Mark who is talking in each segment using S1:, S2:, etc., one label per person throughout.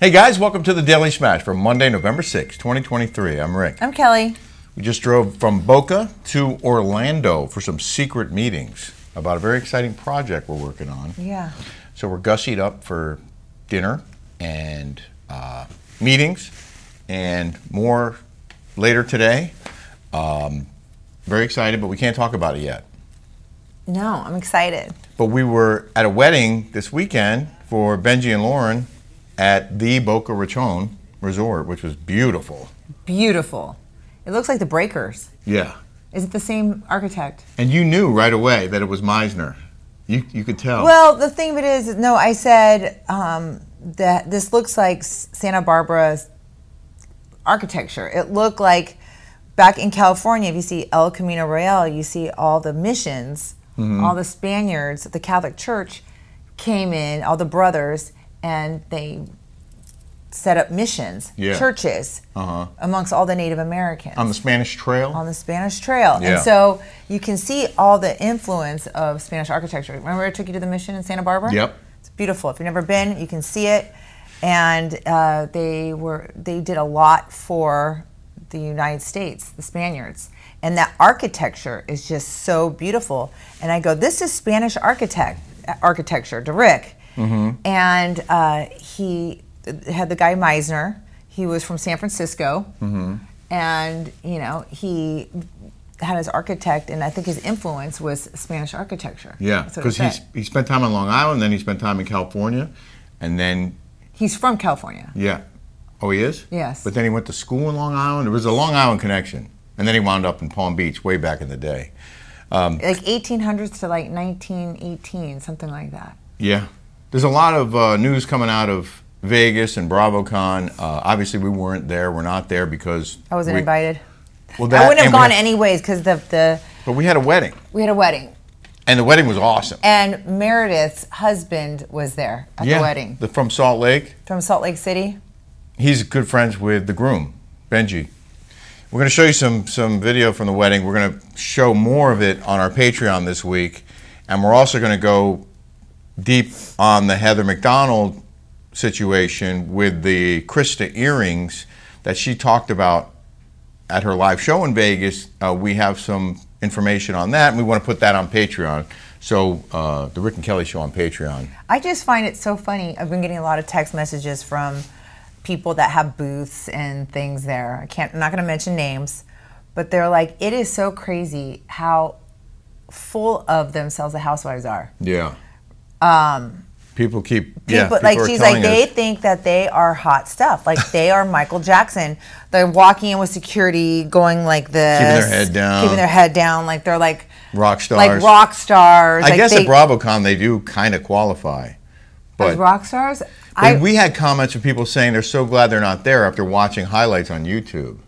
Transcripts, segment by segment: S1: Hey guys, welcome to the Daily Smash for Monday, November sixth, 2023. I'm Rick.
S2: I'm Kelly.
S1: We just drove from Boca to Orlando for some secret meetings about a very exciting project we're working on.
S2: Yeah.
S1: So we're gussied up for dinner and uh, meetings and more later today. Um, very excited, but we can't talk about it yet.
S2: No, I'm excited.
S1: But we were at a wedding this weekend for Benji and Lauren at the Boca Raton Resort, which was beautiful.
S2: Beautiful. It looks like the Breakers.
S1: Yeah.
S2: Is it the same architect?
S1: And you knew right away that it was Meisner. You, you could tell.
S2: Well, the thing of it is, no, I said um, that this looks like S- Santa Barbara's architecture. It looked like back in California, if you see El Camino Real, you see all the missions,
S1: Mm-hmm.
S2: all the Spaniards, the Catholic Church came in, all the brothers, and they set up missions,
S1: Yeah.
S2: churches
S1: Uh-huh.
S2: amongst all the Native Americans
S1: on the Spanish Trail.
S2: on the Spanish Trail.
S1: Yeah.
S2: And so you can see all the influence of Spanish architecture. Remember I took you to the mission in Santa Barbara?
S1: Yep.
S2: It's beautiful. If you've never been, you can see it. And uh, they were they did a lot for the United States, the Spaniards. And that architecture is just so beautiful. And I go, this is Spanish architect architecture to Rick. And uh, he had the guy Meisner. He was from San Francisco. And, you know, he had his architect, and I think his influence was Spanish architecture.
S1: yeah,
S2: That's what
S1: because
S2: it said.
S1: he he spent time on Long Island, then he spent time in California, and then
S2: He's from California.
S1: yeah, oh he is.
S2: Yes.
S1: But then he went to school in Long Island. There was a Long Island connection, and then he wound up in Palm Beach way back in the day.
S2: like 1800s to like 1918, something like that.
S1: Yeah. There's a lot of uh, news coming out of Vegas and BravoCon. Uh, obviously, we weren't there. We're not there because
S2: I wasn't
S1: we-
S2: invited.
S1: Well,
S2: I
S1: and
S2: wouldn't have
S1: we
S2: gone
S1: had-
S2: anyways because the, the
S1: But we had a wedding,
S2: we had a wedding,
S1: and the wedding was awesome.
S2: and Meredith's husband was there at
S1: yeah,
S2: the wedding
S1: The, from Salt Lake.
S2: from Salt Lake City.
S1: he's good friends with the groom, Benji. We're going to show you some some video from the wedding. We're going to show more of it on our Patreon this week, and we're also going to go deep on the Heather McDonald situation with the Krista earrings that she talked about at her live show in Vegas. Uh, we have some information on that, and we want to put that on Patreon. So uh, the Rick and Kelly show on Patreon.
S2: I just find it so funny. I've been getting a lot of text messages from people that have booths and things there. I can't. I'm not going to mention names, but they're like, it is so crazy how full of themselves the housewives are.
S1: Yeah.
S2: Um,
S1: People keep yeah.
S2: people, like
S1: people are
S2: she's
S1: telling
S2: like
S1: us-
S2: they think that they are hot stuff like they are michael jackson they're walking in with security going like this
S1: Keeping their head down.
S2: keeping their head down like they're like
S1: Rock
S2: like
S1: stars.
S2: rock stars
S1: I
S2: like
S1: guess at
S2: they,
S1: BravoCon they do kind of qualify,
S2: as
S1: but
S2: rock stars
S1: I
S2: i
S1: mean, we had comments from people saying they're so glad they're not there after watching highlights on YouTube.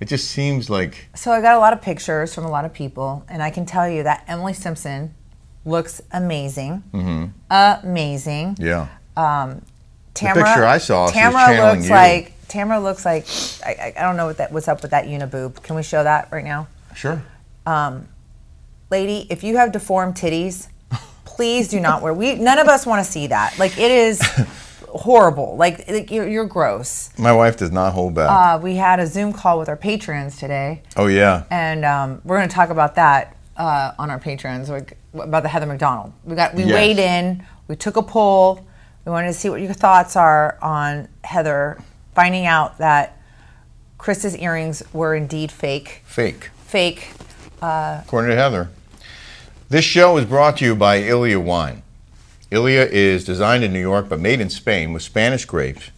S1: It just seems like
S2: so i got a lot of pictures from a lot of people and i can tell you that emily simpson looks amazing
S1: Mm-hmm.
S2: amazing
S1: yeah,
S2: um Tamara,
S1: picture I saw, she was
S2: Tamara
S1: channeling
S2: looks
S1: you.
S2: like Tamara looks like I, I I don't know what that what's up with that uniboob. Can we show that right now?
S1: sure.
S2: lady, if you have deformed titties, please do not wear. We none of us want to see that. Like it is horrible. Like, like you're, you're gross.
S1: My wife does not hold back.
S2: Uh, we had a Zoom call with our patrons today,
S1: oh yeah,
S2: and um, we're going to talk about that uh, on our patrons, like about the Heather McDonald. We got we
S1: Yes.
S2: weighed in. We took a poll. We wanted to see what your thoughts are on Heather finding out that Chris's earrings were indeed fake.
S1: fake.
S2: Fake.
S1: According to Heather, this show is brought to you by Ilia Wine. Ilia is designed in New York but made in Spain with Spanish grapes.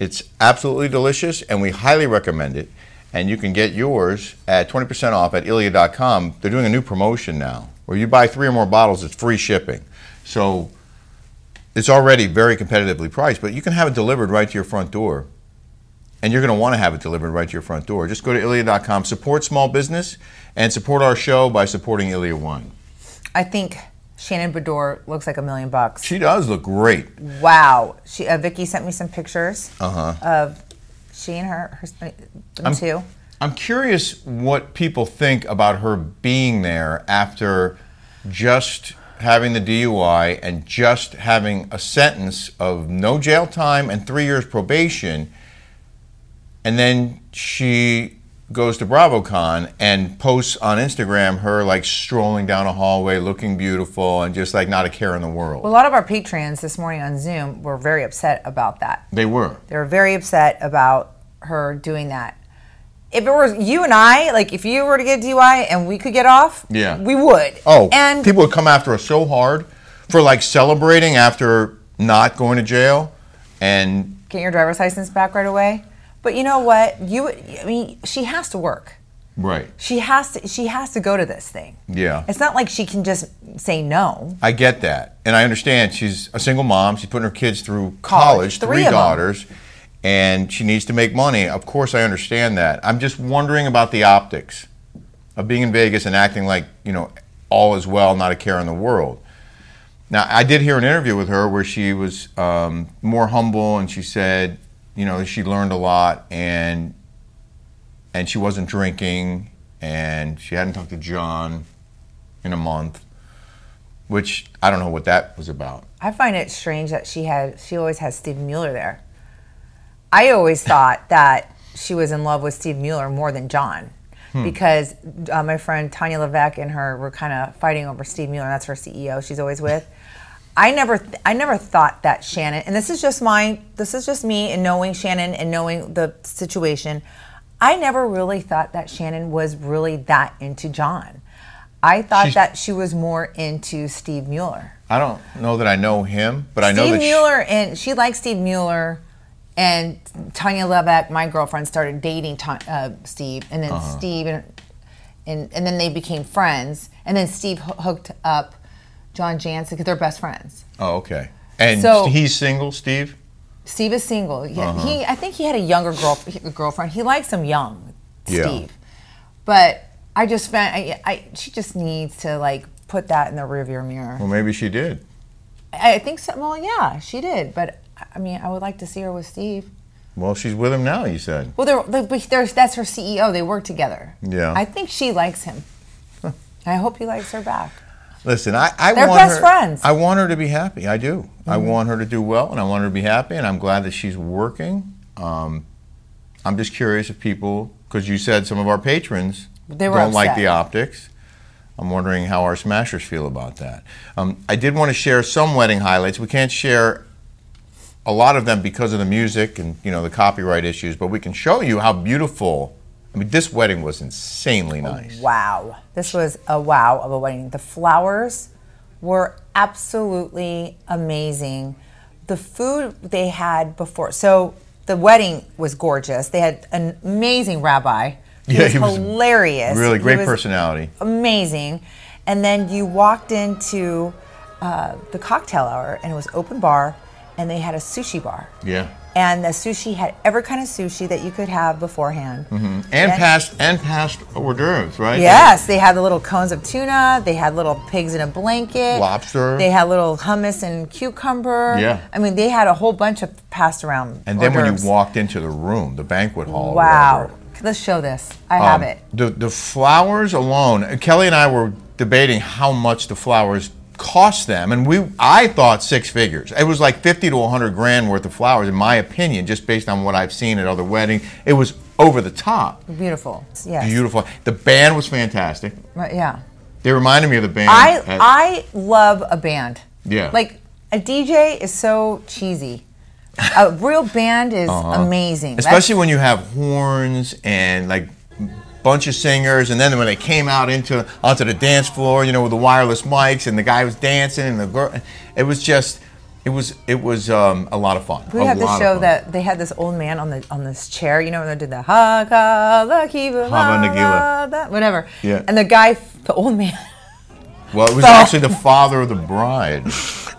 S1: It's absolutely delicious, and we highly recommend it. And you can get yours at 20% off at ilia.com. They're doing a new promotion now where you buy three or more bottles, it's free shipping. So it's already very competitively priced, but you can have it delivered right to your front door. And you're going to want to have it delivered right to your front door. Just go to ilia.com, support small business, and support our show by supporting Ilia One.
S2: I think Shannon Bedore looks like a million bucks.
S1: She does look great.
S2: Wow. She uh, Vicky sent me some pictures of she and her, her them two.
S1: Uh-huh. I'm curious what people think about her being there after just having the DUI and just having a sentence of no jail time and three years probation, and then she goes to BravoCon and posts on Instagram her like strolling down a hallway looking beautiful and just like not a care in the world.
S2: A lot of our patrons this morning on Zoom were very upset about that.
S1: they were.
S2: They were very upset about her doing that. If it was you and I, like if you were to get DUI and we could get off,
S1: Yeah.
S2: we would.
S1: Oh,
S2: and
S1: people would come after us so hard for like celebrating after not going to jail and
S2: get your driver's license back right away. But you know what? You, I mean, she has to work.
S1: right.
S2: She has to. She has to go to this thing.
S1: Yeah.
S2: It's not like she can just say no.
S1: I get that. And I understand she's a single mom. She's putting her kids through
S2: College,
S1: college,
S2: three
S1: three,
S2: of 'em.
S1: daughters, and she needs to make money. Of course, I understand that. I'm just wondering about the optics of being in Vegas and acting like, you know, all is well, not a care in the world. Now, I did hear an interview with her where she was um, more humble and she said, you know, she learned a lot and and she wasn't drinking and she hadn't talked to John in a month which I don't know what that was about.
S2: I find it strange that she had. She always has Steve Mueller there. I always thought that she was in love with Steve Mueller more than John, because uh, my friend Tanya Levesque and her were kind of fighting over Steve Mueller. That's her CEO. She's always with. I never, th- I never thought that Shannon. And this is just my, this is just me and knowing Shannon and knowing the situation. I never really thought that Shannon was really that into John. I thought
S1: She's-
S2: that she was more into Steve Mueller.
S1: I don't know that I know him, but I know
S2: Steve
S1: that she-
S2: Mueller and she likes Steve Mueller, and Tanya Lebeck, my girlfriend, started dating Ta- uh, Steve, and then
S1: Uh-huh.
S2: Steve and, and and then they became friends, and then Steve ho- hooked up John Jansen because they're best friends.
S1: oh, okay. And
S2: So-
S1: he's single, Steve.
S2: Steve is single. He,
S1: Uh-huh.
S2: he I think he had a younger girl, a girlfriend. He likes him young,
S1: Yeah.
S2: Steve. But I just found I, I she just needs to like put that in the rearview mirror.
S1: Well, maybe she did.
S2: I I think so. Well, yeah, she did, but I- I mean, I would like to see her with Steve.
S1: Well, she's with him now. You said.
S2: Well, they're, they're, but there's- that's her CEO. They work together.
S1: Yeah.
S2: I think she likes him. I hope he likes her back.
S1: Listen, I, I
S2: They're
S1: want
S2: best
S1: her,
S2: friends. Mm-hmm.
S1: I want her to be happy. I do. I want her to do well, and I want her to be happy, and I'm glad that she's working. Um, I'm just curious if people, because you said some of our patrons
S2: They were
S1: don't like
S2: upset.
S1: the optics. I'm wondering how our smashers feel about that. Um, I did want to share some wedding highlights. We can't share a lot of them because of the music and you know the copyright issues, but we can show you how beautiful. I mean, this wedding was insanely
S2: Oh,
S1: nice.
S2: Wow. This was a wow of a wedding. The flowers were absolutely amazing. The food they had before. So the wedding was gorgeous. They had an amazing rabbi. He
S1: Yeah,
S2: was
S1: he was
S2: hilarious.
S1: Really
S2: He
S1: great
S2: was
S1: personality.
S2: amazing. And then you walked into uh, the cocktail hour, and it was open bar, and they had a sushi bar.
S1: Yeah.
S2: And the sushi had every kind of sushi that you could have beforehand.
S1: and past and past hors d'oeuvres, right?
S2: Yes, they had the little cones of tuna. They had little pigs in a blanket.
S1: Lobster.
S2: They had little hummus and cucumber.
S1: Yeah.
S2: I mean, they had a whole bunch of passed around.
S1: And then
S2: hors
S1: when
S2: d'oeuvres.
S1: you walked into the room, the banquet hall. or
S2: wow,
S1: whatever,
S2: let's show this. I have
S1: um,
S2: it.
S1: The the flowers alone. Kelly and I were debating how much the flowers cost them, and we I thought six figures. It was like fifty to hundred grand worth of flowers, in my opinion, just based on what I've seen at other weddings. It was over the top,
S2: Beautiful. Yes.
S1: beautiful. The band was fantastic.
S2: Right, yeah.
S1: They reminded me of the band.
S2: I
S1: at-
S2: I love a band.
S1: Yeah.
S2: Like a DJ is so cheesy. A real band is amazing. That's-
S1: Uh-huh. especially when you have horns and like bunch of singers and then when they came out into onto the dance floor you know with the wireless mics and the guy was dancing and the girl it was just it was it was um, a lot of fun
S2: we
S1: a
S2: have this
S1: lot of
S2: show
S1: fun.
S2: that they had this old man on the on this chair. You know when they did the ha ka la ki la
S1: Hava
S2: la,
S1: Nagila.
S2: da, whatever.
S1: Yeah.
S2: And the guy, the old man.
S1: well it was
S2: fell.
S1: actually the father of the bride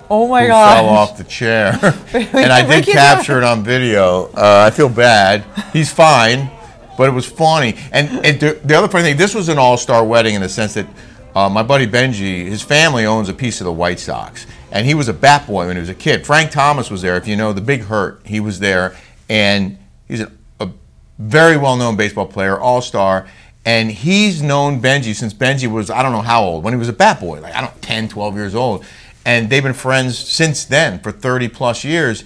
S2: Oh my
S1: who
S2: god.
S1: fell off the chair and i
S2: we
S1: did
S2: can-
S1: capture it on video uh, i feel bad he's fine but it was funny and, and the, the other funny thing this was an all-star wedding in the sense that uh, my buddy benji his family owns a piece of the white sox and he was a bat boy when he was a kid frank thomas was there if you know the big hurt he was there and he's a, a very well-known baseball player all-star And he's known Benji since Benji was, I don't know how old, when he was a bat boy, like, I don't know, 10, 12 years old. And they've been friends since then for 30 plus years.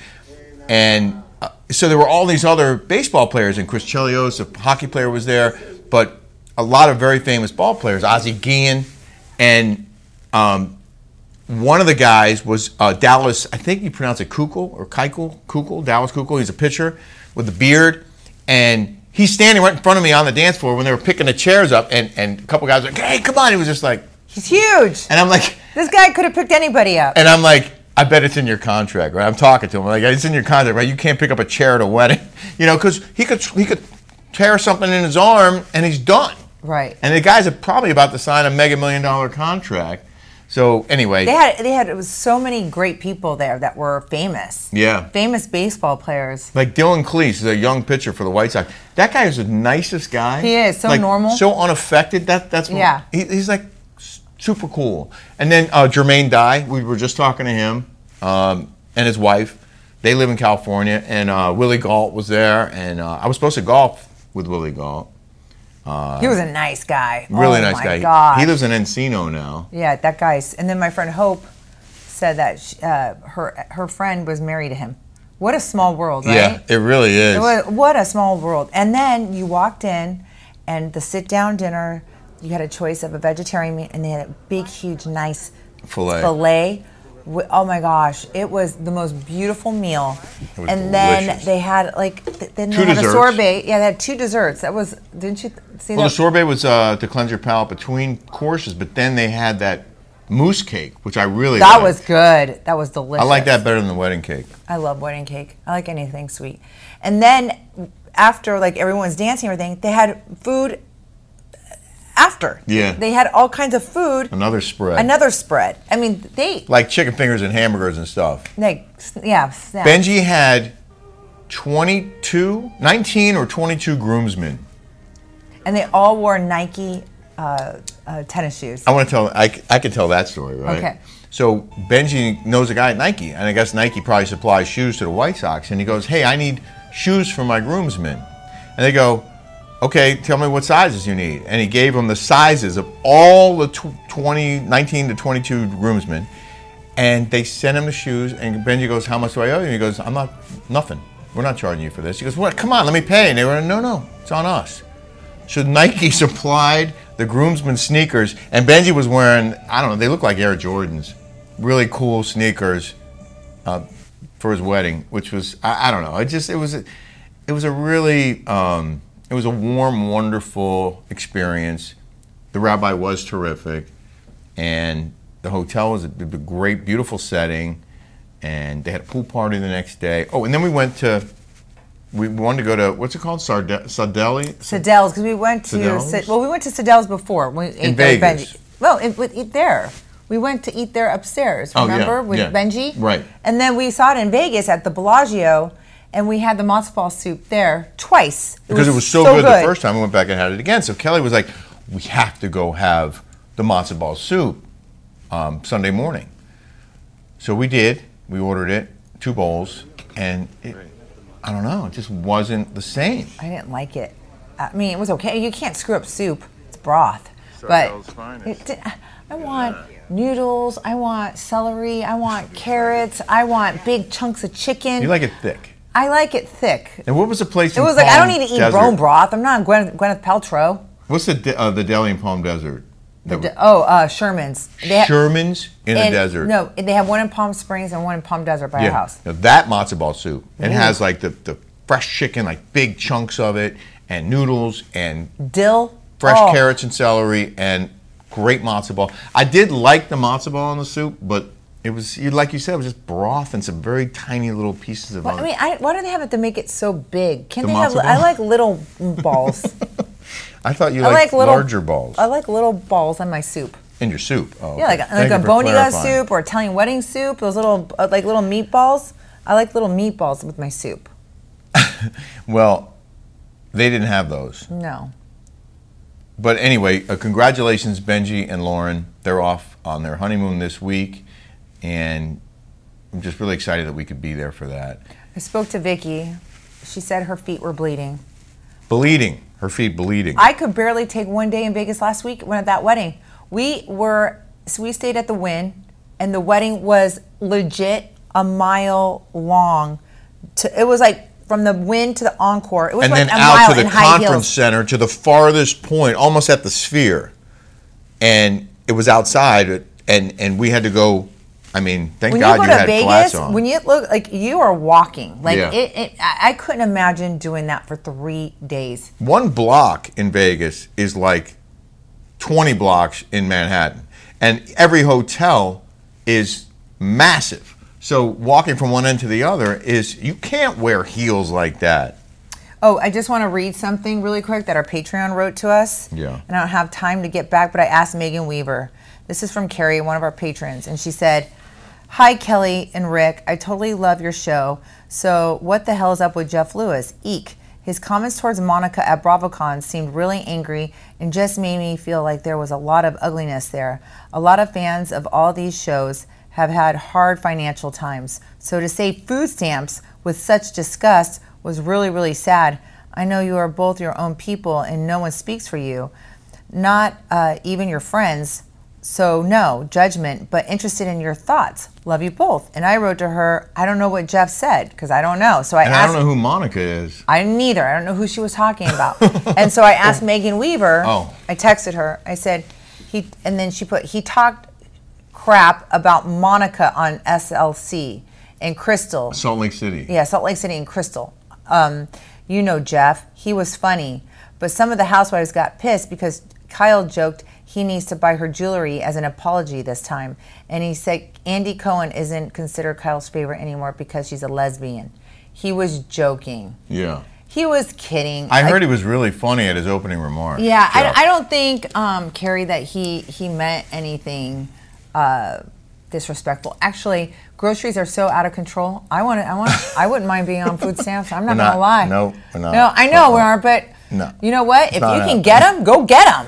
S1: And uh, so there were all these other baseball players, and Chris Chelios, a hockey player, was there, but a lot of very famous ball players, Ozzie Guillen. And um, one of the guys was uh, Dallas, I think you pronounce it Kukel or Keikel, Kukel, Dallas Kukel. He's a pitcher with a beard. And he's standing right in front of me on the dance floor when they were picking the chairs up. And, and a couple guys were like, hey, come on. He was just like,
S2: He's huge.
S1: and I'm like,
S2: This guy could have picked anybody up.
S1: and I'm like, I bet it's in your contract, right? I'm talking to him like it's in your contract, right? You can't pick up a chair at a wedding, you know, because he could he could tear something in his arm and he's done.
S2: Right.
S1: And the guys are probably about to sign a mega million dollar contract. So anyway,
S2: They had they had it was so many great people there that were famous.
S1: Yeah.
S2: Famous baseball players.
S1: like Dylan Cleese is a young pitcher for the White Sox. That guy is the nicest guy.
S2: He is, so
S1: Like,
S2: normal.
S1: so unaffected. That that's what,
S2: Yeah.
S1: He, he's like s- super cool. And then uh, Jermaine Dye, we were just talking to him um, and his wife. They live in California, and uh, Willie Galt was there, and uh, I was supposed to golf with Willie Galt.
S2: he was a nice guy.
S1: Uh, Really
S2: Oh
S1: nice
S2: my
S1: guy. He-
S2: God.
S1: He lives in Encino now.
S2: Yeah, that guy's. And then my friend Hope said that she, uh, her her friend was married to him. What a small world, right?
S1: Yeah, it really is.
S2: What, what a small world. And then you walked in, and the sit down dinner, you had a choice of a vegetarian meat, and they had a big, huge, nice
S1: Filet.
S2: Filet. Wi- Oh my gosh, it was the most beautiful meal.
S1: was delicious.
S2: and then they had like th- then
S1: Two
S2: they had
S1: desserts.
S2: a sorbet. Yeah, they had two desserts. That was didn't you th- see
S1: Well, the
S2: that?
S1: sorbet was uh, to cleanse your palate between courses, but then they had that mousse cake, which I really
S2: that
S1: liked.
S2: was good. That was delicious.
S1: I like that better than the wedding cake.
S2: I love wedding cake. I like anything sweet. And then after like everyone's dancing and everything, they had food after.
S1: Yeah.
S2: They had all kinds of food.
S1: Another spread.
S2: Another spread. I mean, they
S1: like chicken fingers and hamburgers and stuff.
S2: like s- yeah, snacks.
S1: Benji had 22, 19 or 22 groomsmen.
S2: and they all wore Nike uh, uh, tennis shoes.
S1: I want to tell, I, c- I can tell that story, right?
S2: Okay.
S1: So Benji knows a guy at Nike, and I guess Nike probably supplies shoes to the White Sox, and he goes, hey, I need shoes for my groomsmen. And they go, okay, tell me what sizes you need. And he gave them the sizes of all the tw- 20, 19 to 22 groomsmen, and they sent him the shoes. And Benji goes, "How much do I owe you?" And he goes, "I'm not nothing. We're not charging you for this." He goes, "What? Come on, let me pay." And they were, "No, no, it's on us." So Nike supplied the groomsmen sneakers, and Benji was wearing I don't know. They look like Air Jordans, really cool sneakers uh, for his wedding, which was I, I don't know. It just it was a, it was a really um, it was a warm, wonderful experience. The rabbi was terrific, and the hotel was a, a great, beautiful setting. And they had a pool party the next day. Oh, and then we went to we wanted to go to what's it called Sarde- Sardelli
S2: Sedell's because we went to
S1: Sedell's?
S2: Sed- well, we went to Sedell's before. We ate
S1: In
S2: there with
S1: Vegas.
S2: Benji. Well, it, with eat there. We went to eat there upstairs.
S1: Oh, yeah,
S2: Remember with
S1: yeah.
S2: Benji?
S1: Right.
S2: And then we saw it in Vegas at the Bellagio, and we had the matzo ball soup there twice
S1: because it was so, good, the first time. We went back and had it again. So Kelly was like, "We have to go have the matzo ball soup um, Sunday morning." So we did. We ordered it, two bowls, and it, I don't know, it just wasn't the same.
S2: I didn't like it. I mean, it was okay. You can't screw up soup. It's broth.
S3: Sardell's
S2: but
S3: finest.
S2: it did, I want noodles. I want celery. I want carrots. I want big chunks of chicken.
S1: You like it thick.
S2: I like it thick.
S1: And what was the place?
S2: It was like I don't need to eat bone broth. I'm not Gwyneth, Gwyneth Paltrow.
S1: What's the de- uh, the deli in Palm Desert? That
S2: D- oh, uh, Sherman's. They ha-
S1: Sherman's in the
S2: and-
S1: desert.
S2: No, they have one in Palm Springs and one in Palm Desert by
S1: yeah.
S2: our house. Mm.
S1: Now that matzo ball soup, it has like the, the fresh chicken, like big chunks of it, and noodles and
S2: Dill.
S1: fresh
S2: oh,
S1: carrots and celery and great matzo ball. I did like the matzo ball in the soup, but it was you like you said, it was just broth and some very tiny little pieces of.
S2: Well, I
S1: other-
S2: mean, I, why do they have it to make it so big? Can
S1: The
S2: they have?
S1: matzo
S2: I
S1: ball?
S2: like little balls.
S1: I thought you
S2: I
S1: liked
S2: like little
S1: larger balls
S2: I like little balls on my soup.
S1: in your soup. Oh,
S2: Yeah, like
S1: okay.
S2: like
S1: Thank
S2: a
S1: you for
S2: bonita
S1: clarifying.
S2: soup or Italian wedding soup. Those little uh, like little meatballs. I like little meatballs with my soup.
S1: Well, they didn't have those.
S2: No,
S1: But anyway, uh, congratulations, Benji and Lauren. They're off on their honeymoon this week, and I'm just really excited that we could be there for that.
S2: I spoke to Vicky. She said her feet were bleeding.
S1: Bleeding. Her feet bleeding.
S2: I could barely take one day in Vegas last week when at that wedding. We were so we stayed at the Win, and the wedding was legit a mile long. To, it was like from the Win to the Encore. It was
S1: and
S2: like
S1: then
S2: a
S1: out
S2: mile
S1: to the
S2: in high
S1: conference
S2: heels.
S1: center to the farthest point, almost at the sphere. And it was outside, it- and and we had to go. I mean, thank
S2: When
S1: God
S2: you go
S1: you
S2: to
S1: had flats
S2: Vegas,
S1: on.
S2: when you look like you are walking, like
S1: Yeah.
S2: it, it, I I couldn't imagine doing that for three days.
S1: One block in Vegas is like 20 blocks in Manhattan, and every hotel is massive. So walking from one end to the other is you can't wear heels like that.
S2: Oh, I just want to read something really quick that our Patreon wrote to us.
S1: Yeah.
S2: And I don't have time to get back, but I asked Megan Weaver. This is from Carrie, one of our patrons, and she said, Hi, Kelly and Rick. I totally love your show. So, what the hell's up with Jeff Lewis? Eek. His comments towards Monica at BravoCon seemed really angry and just made me feel like there was a lot of ugliness there. A lot of fans of all these shows have had hard financial times. So to say food stamps with such disgust was really, really sad. I know you are both your own people and no one speaks for you, not uh, even your friends. So, no judgment, but interested in your thoughts. Love you both. And I wrote to her, I don't know what Jeff said because I don't know. So I
S1: And I
S2: asked,
S1: don't know who Monica is.
S2: I neither. I don't know who she was talking about. and so I asked Megan Weaver.
S1: Oh.
S2: I texted her. I said, he, and then she put, he talked crap about Monica on SLC and Crystal.
S1: Salt Lake City.
S2: Yeah, Salt Lake City and Crystal. Um, you know Jeff. He was funny, but some of the housewives got pissed because Kyle joked he needs to buy her jewelry as an apology this time, and he said Andy Cohen isn't considered Kyle's favorite anymore because she's a lesbian. He was joking.
S1: Yeah.
S2: He was kidding.
S1: I heard he was really funny at his opening remarks.
S2: yeah,
S1: Jeff.
S2: I, I don't think um, Carrie that he he meant anything uh, disrespectful. Actually, groceries are so out of control. I want to. I want. I wouldn't mind being on food stamps. I'm not,
S1: We're
S2: gonna
S1: not.
S2: lie.
S1: No, we're not.
S2: No, I know
S1: Uh-uh.
S2: we aren't. But
S1: No.
S2: you know what? If you
S1: not happening.
S2: can get 'em, get them, go get them.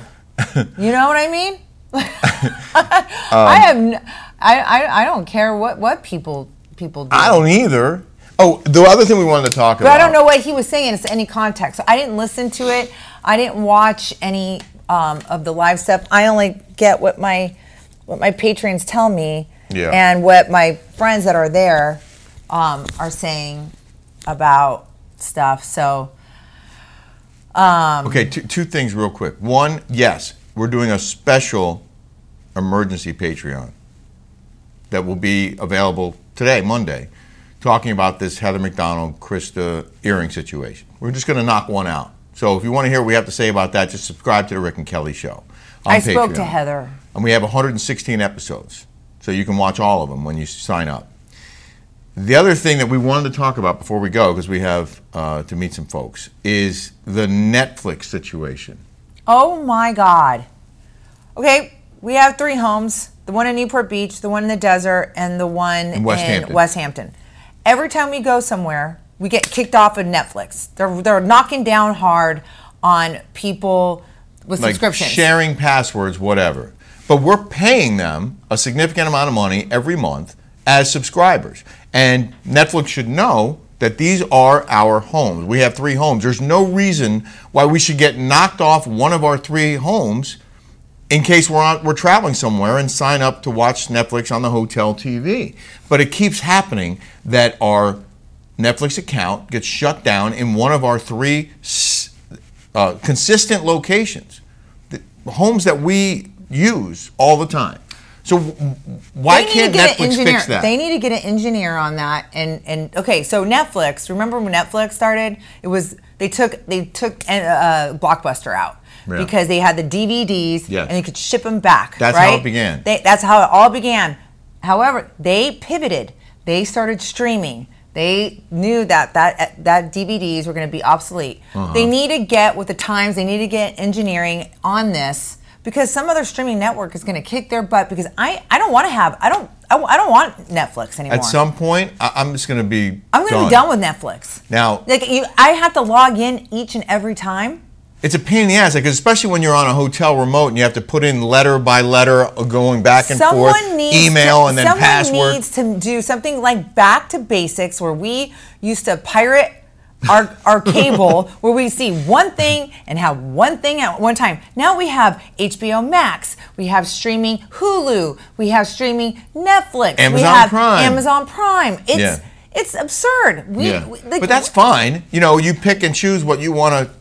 S2: you know what I mean?
S1: Um,
S2: I have. N- I, I I don't care what what people people do.
S1: I don't either. Oh, the other thing we wanted to talk
S2: But
S1: about.
S2: I don't know what he was saying in any context. So I didn't listen to it. I didn't watch any um, of the live stuff. I only get what my what my patrons tell me
S1: Yeah.
S2: and what my friends that are there um, are saying about stuff. So
S1: Okay, two, two things real quick. One, yes, we're doing a special emergency Patreon that will be available today, Monday, talking about this Heather McDonald, Krista earring situation. We're just going to knock one out. So if you want to hear what we have to say about that, just subscribe to the Rick and Kelly Show. on
S2: I spoke to
S1: Patreon.
S2: Heather.
S1: And we have 116 episodes. So you can watch all of them when you sign up. The other thing that we wanted to talk about before we go, because we have uh, to meet some folks, is the Netflix situation.
S2: Oh my God. Okay, we have three homes the one in Newport Beach, the one in the desert, and the one in
S1: West Hampton.
S2: West Hampton. Every time we go somewhere, we get kicked off of Netflix. They're, they're knocking down hard on people with
S1: Like
S2: subscriptions.
S1: sharing passwords, whatever. But we're paying them a significant amount of money every month as subscribers. And Netflix should know that these are our homes. We have three homes. There's no reason why we should get knocked off one of our three homes in case we're on, we're traveling somewhere and sign up to watch Netflix on the hotel TV. But it keeps happening that our Netflix account gets shut down in one of our three s- uh, consistent locations, the homes that we use all the time. So w- w- why
S2: They need to
S1: can't
S2: get an
S1: Netflix
S2: engineer.
S1: fix that?
S2: They need to get an engineer on that. And and okay, so Netflix. Remember when Netflix started? It was they took they took uh, uh, Blockbuster out
S1: Yeah.
S2: because they had the DVDs
S1: Yes.
S2: and you could ship them back.
S1: That's how
S2: right?
S1: it began.
S2: They, that's how it all began. However, they pivoted. They started streaming. They knew that that that DVDs were going to be obsolete.
S1: Uh-huh.
S2: They need to get with the times. They need to get engineering on this because some other streaming network is going to kick their butt. Because I, I don't want to have I don't I, I don't want Netflix anymore.
S1: At some point, I- I'm just going to be.
S2: I'm going to be done with Netflix.
S1: Now-
S2: like you, I have to log in each and every time.
S1: It's a pain in the ass, like, especially when you're on a hotel remote and you have to put in letter by letter, uh, going back and
S2: someone
S1: forth,
S2: needs
S1: email,
S2: to,
S1: and then
S2: someone
S1: password.
S2: needs to do something like back to basics where we used to pirate our, our cable where we see one thing and have one thing at one time. Now we have HBO Max, we have streaming Hulu, we have streaming Netflix, we
S1: Amazon
S2: have
S1: Prime.
S2: Amazon Prime. It's
S1: Yeah.
S2: it's absurd. We,
S1: yeah.
S2: we- the-
S1: but that's fine. You know, you pick and choose what you want to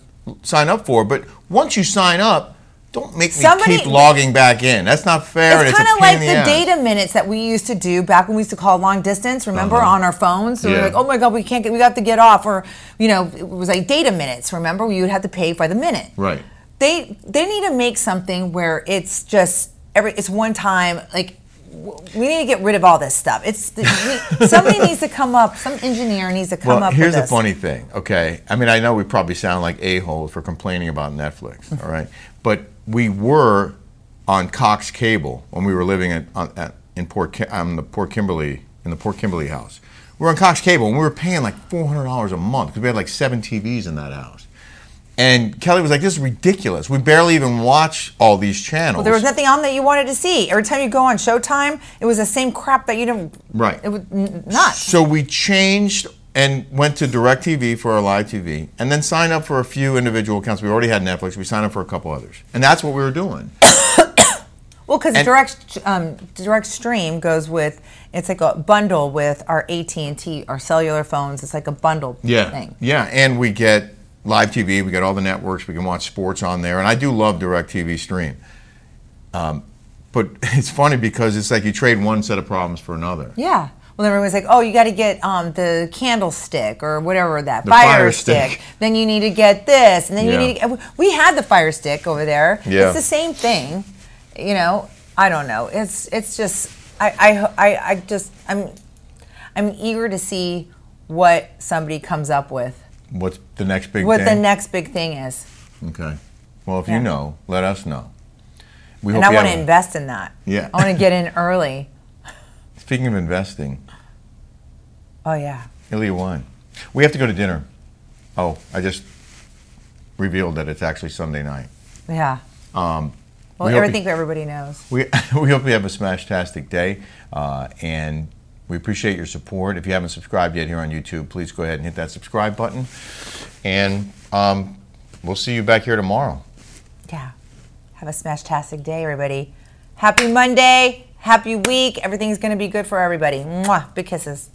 S1: sign up for. But once you sign up, don't make me
S2: Somebody-
S1: keep logging back in. That's not fair. and
S2: It's
S1: a
S2: kind of
S1: pain
S2: like
S1: in
S2: the,
S1: ass.
S2: data minutes that we used to do back when we used to call long distance. Remember on our phones, so we were
S1: Uh-huh. Yeah.
S2: like, "Oh my God, we can't get, we got to get off," or you know, it was like data minutes. Remember, you would have to pay by the minute.
S1: Right.
S2: They they need to make something where it's just every it's one time. Like w- we need to get rid of all this stuff. It's the, we, somebody needs to come up. Some engineer needs to come
S1: Well,
S2: up.
S1: here's
S2: with
S1: the
S2: this.
S1: funny thing. Okay, I mean, I know we probably sound like a-holes for complaining about Netflix.
S2: Mm-hmm.
S1: all right, but we were on Cox Cable when we were living at, on, at, in Port Ki- um, the Port Kimberly in the Port Kimberly house. We were on Cox Cable and we were paying like four hundred dollars a month because we had like seven TVs in that house. And Kelly was like, "This is ridiculous. We barely even watch all these channels."
S2: There was nothing on that you wanted to see. Every time you go on Showtime, it was the same crap that you didn't.
S1: Right.
S2: It was n- nuts.
S1: So we changed and went to DirecTV for our live TV, and then signed up for a few individual accounts. We already had Netflix. We signed up for a couple others, and that's what we were doing.
S2: Well, because
S1: And-
S2: direct um, direct stream goes with it's like a bundle with our AT and T, our cellular phones. It's like a bundle thing.
S1: yeah, and we get live TV. We get all the networks. We can watch sports on there, and I do love DirecTV stream. Um, but it's funny because it's like you trade one set of problems for another.
S2: Yeah. Well, then everyone's like, "Oh, you got to get um, the candlestick or whatever that
S1: The
S2: fire,
S1: Fire
S2: stick.
S1: Stick.
S2: Then you need to get this, and then
S1: Yeah.
S2: you need. To get, we had the fire stick over there.
S1: Yeah.
S2: It's the same thing, you know. I don't know. It's it's just I I ho- I, I just I'm I'm eager to see what somebody comes up with,
S1: What's the next big
S2: what
S1: thing?
S2: the next big thing is,
S1: okay. Well, if
S2: Yeah.
S1: you know, let us know. We
S2: and
S1: hope
S2: I
S1: you
S2: want to
S1: have a-
S2: invest in that.
S1: Yeah.
S2: I want to get in early.
S1: Speaking of investing,
S2: Oh yeah.
S1: Ilya won. We have to go to dinner. Oh, I just revealed that it's actually Sunday night.
S2: Yeah.
S1: Um,
S2: Well,
S1: we hope
S2: everything
S1: You,
S2: everybody knows.
S1: we, we hope you have a smashtastic day, uh, and we appreciate your support. If you haven't subscribed yet here on YouTube, please go ahead and hit that subscribe button, and um, we'll see you back here tomorrow.
S2: Yeah. Have a smashtastic day, everybody. Happy Monday. Happy week. Everything's going to be good for everybody. Mwah. Big kisses.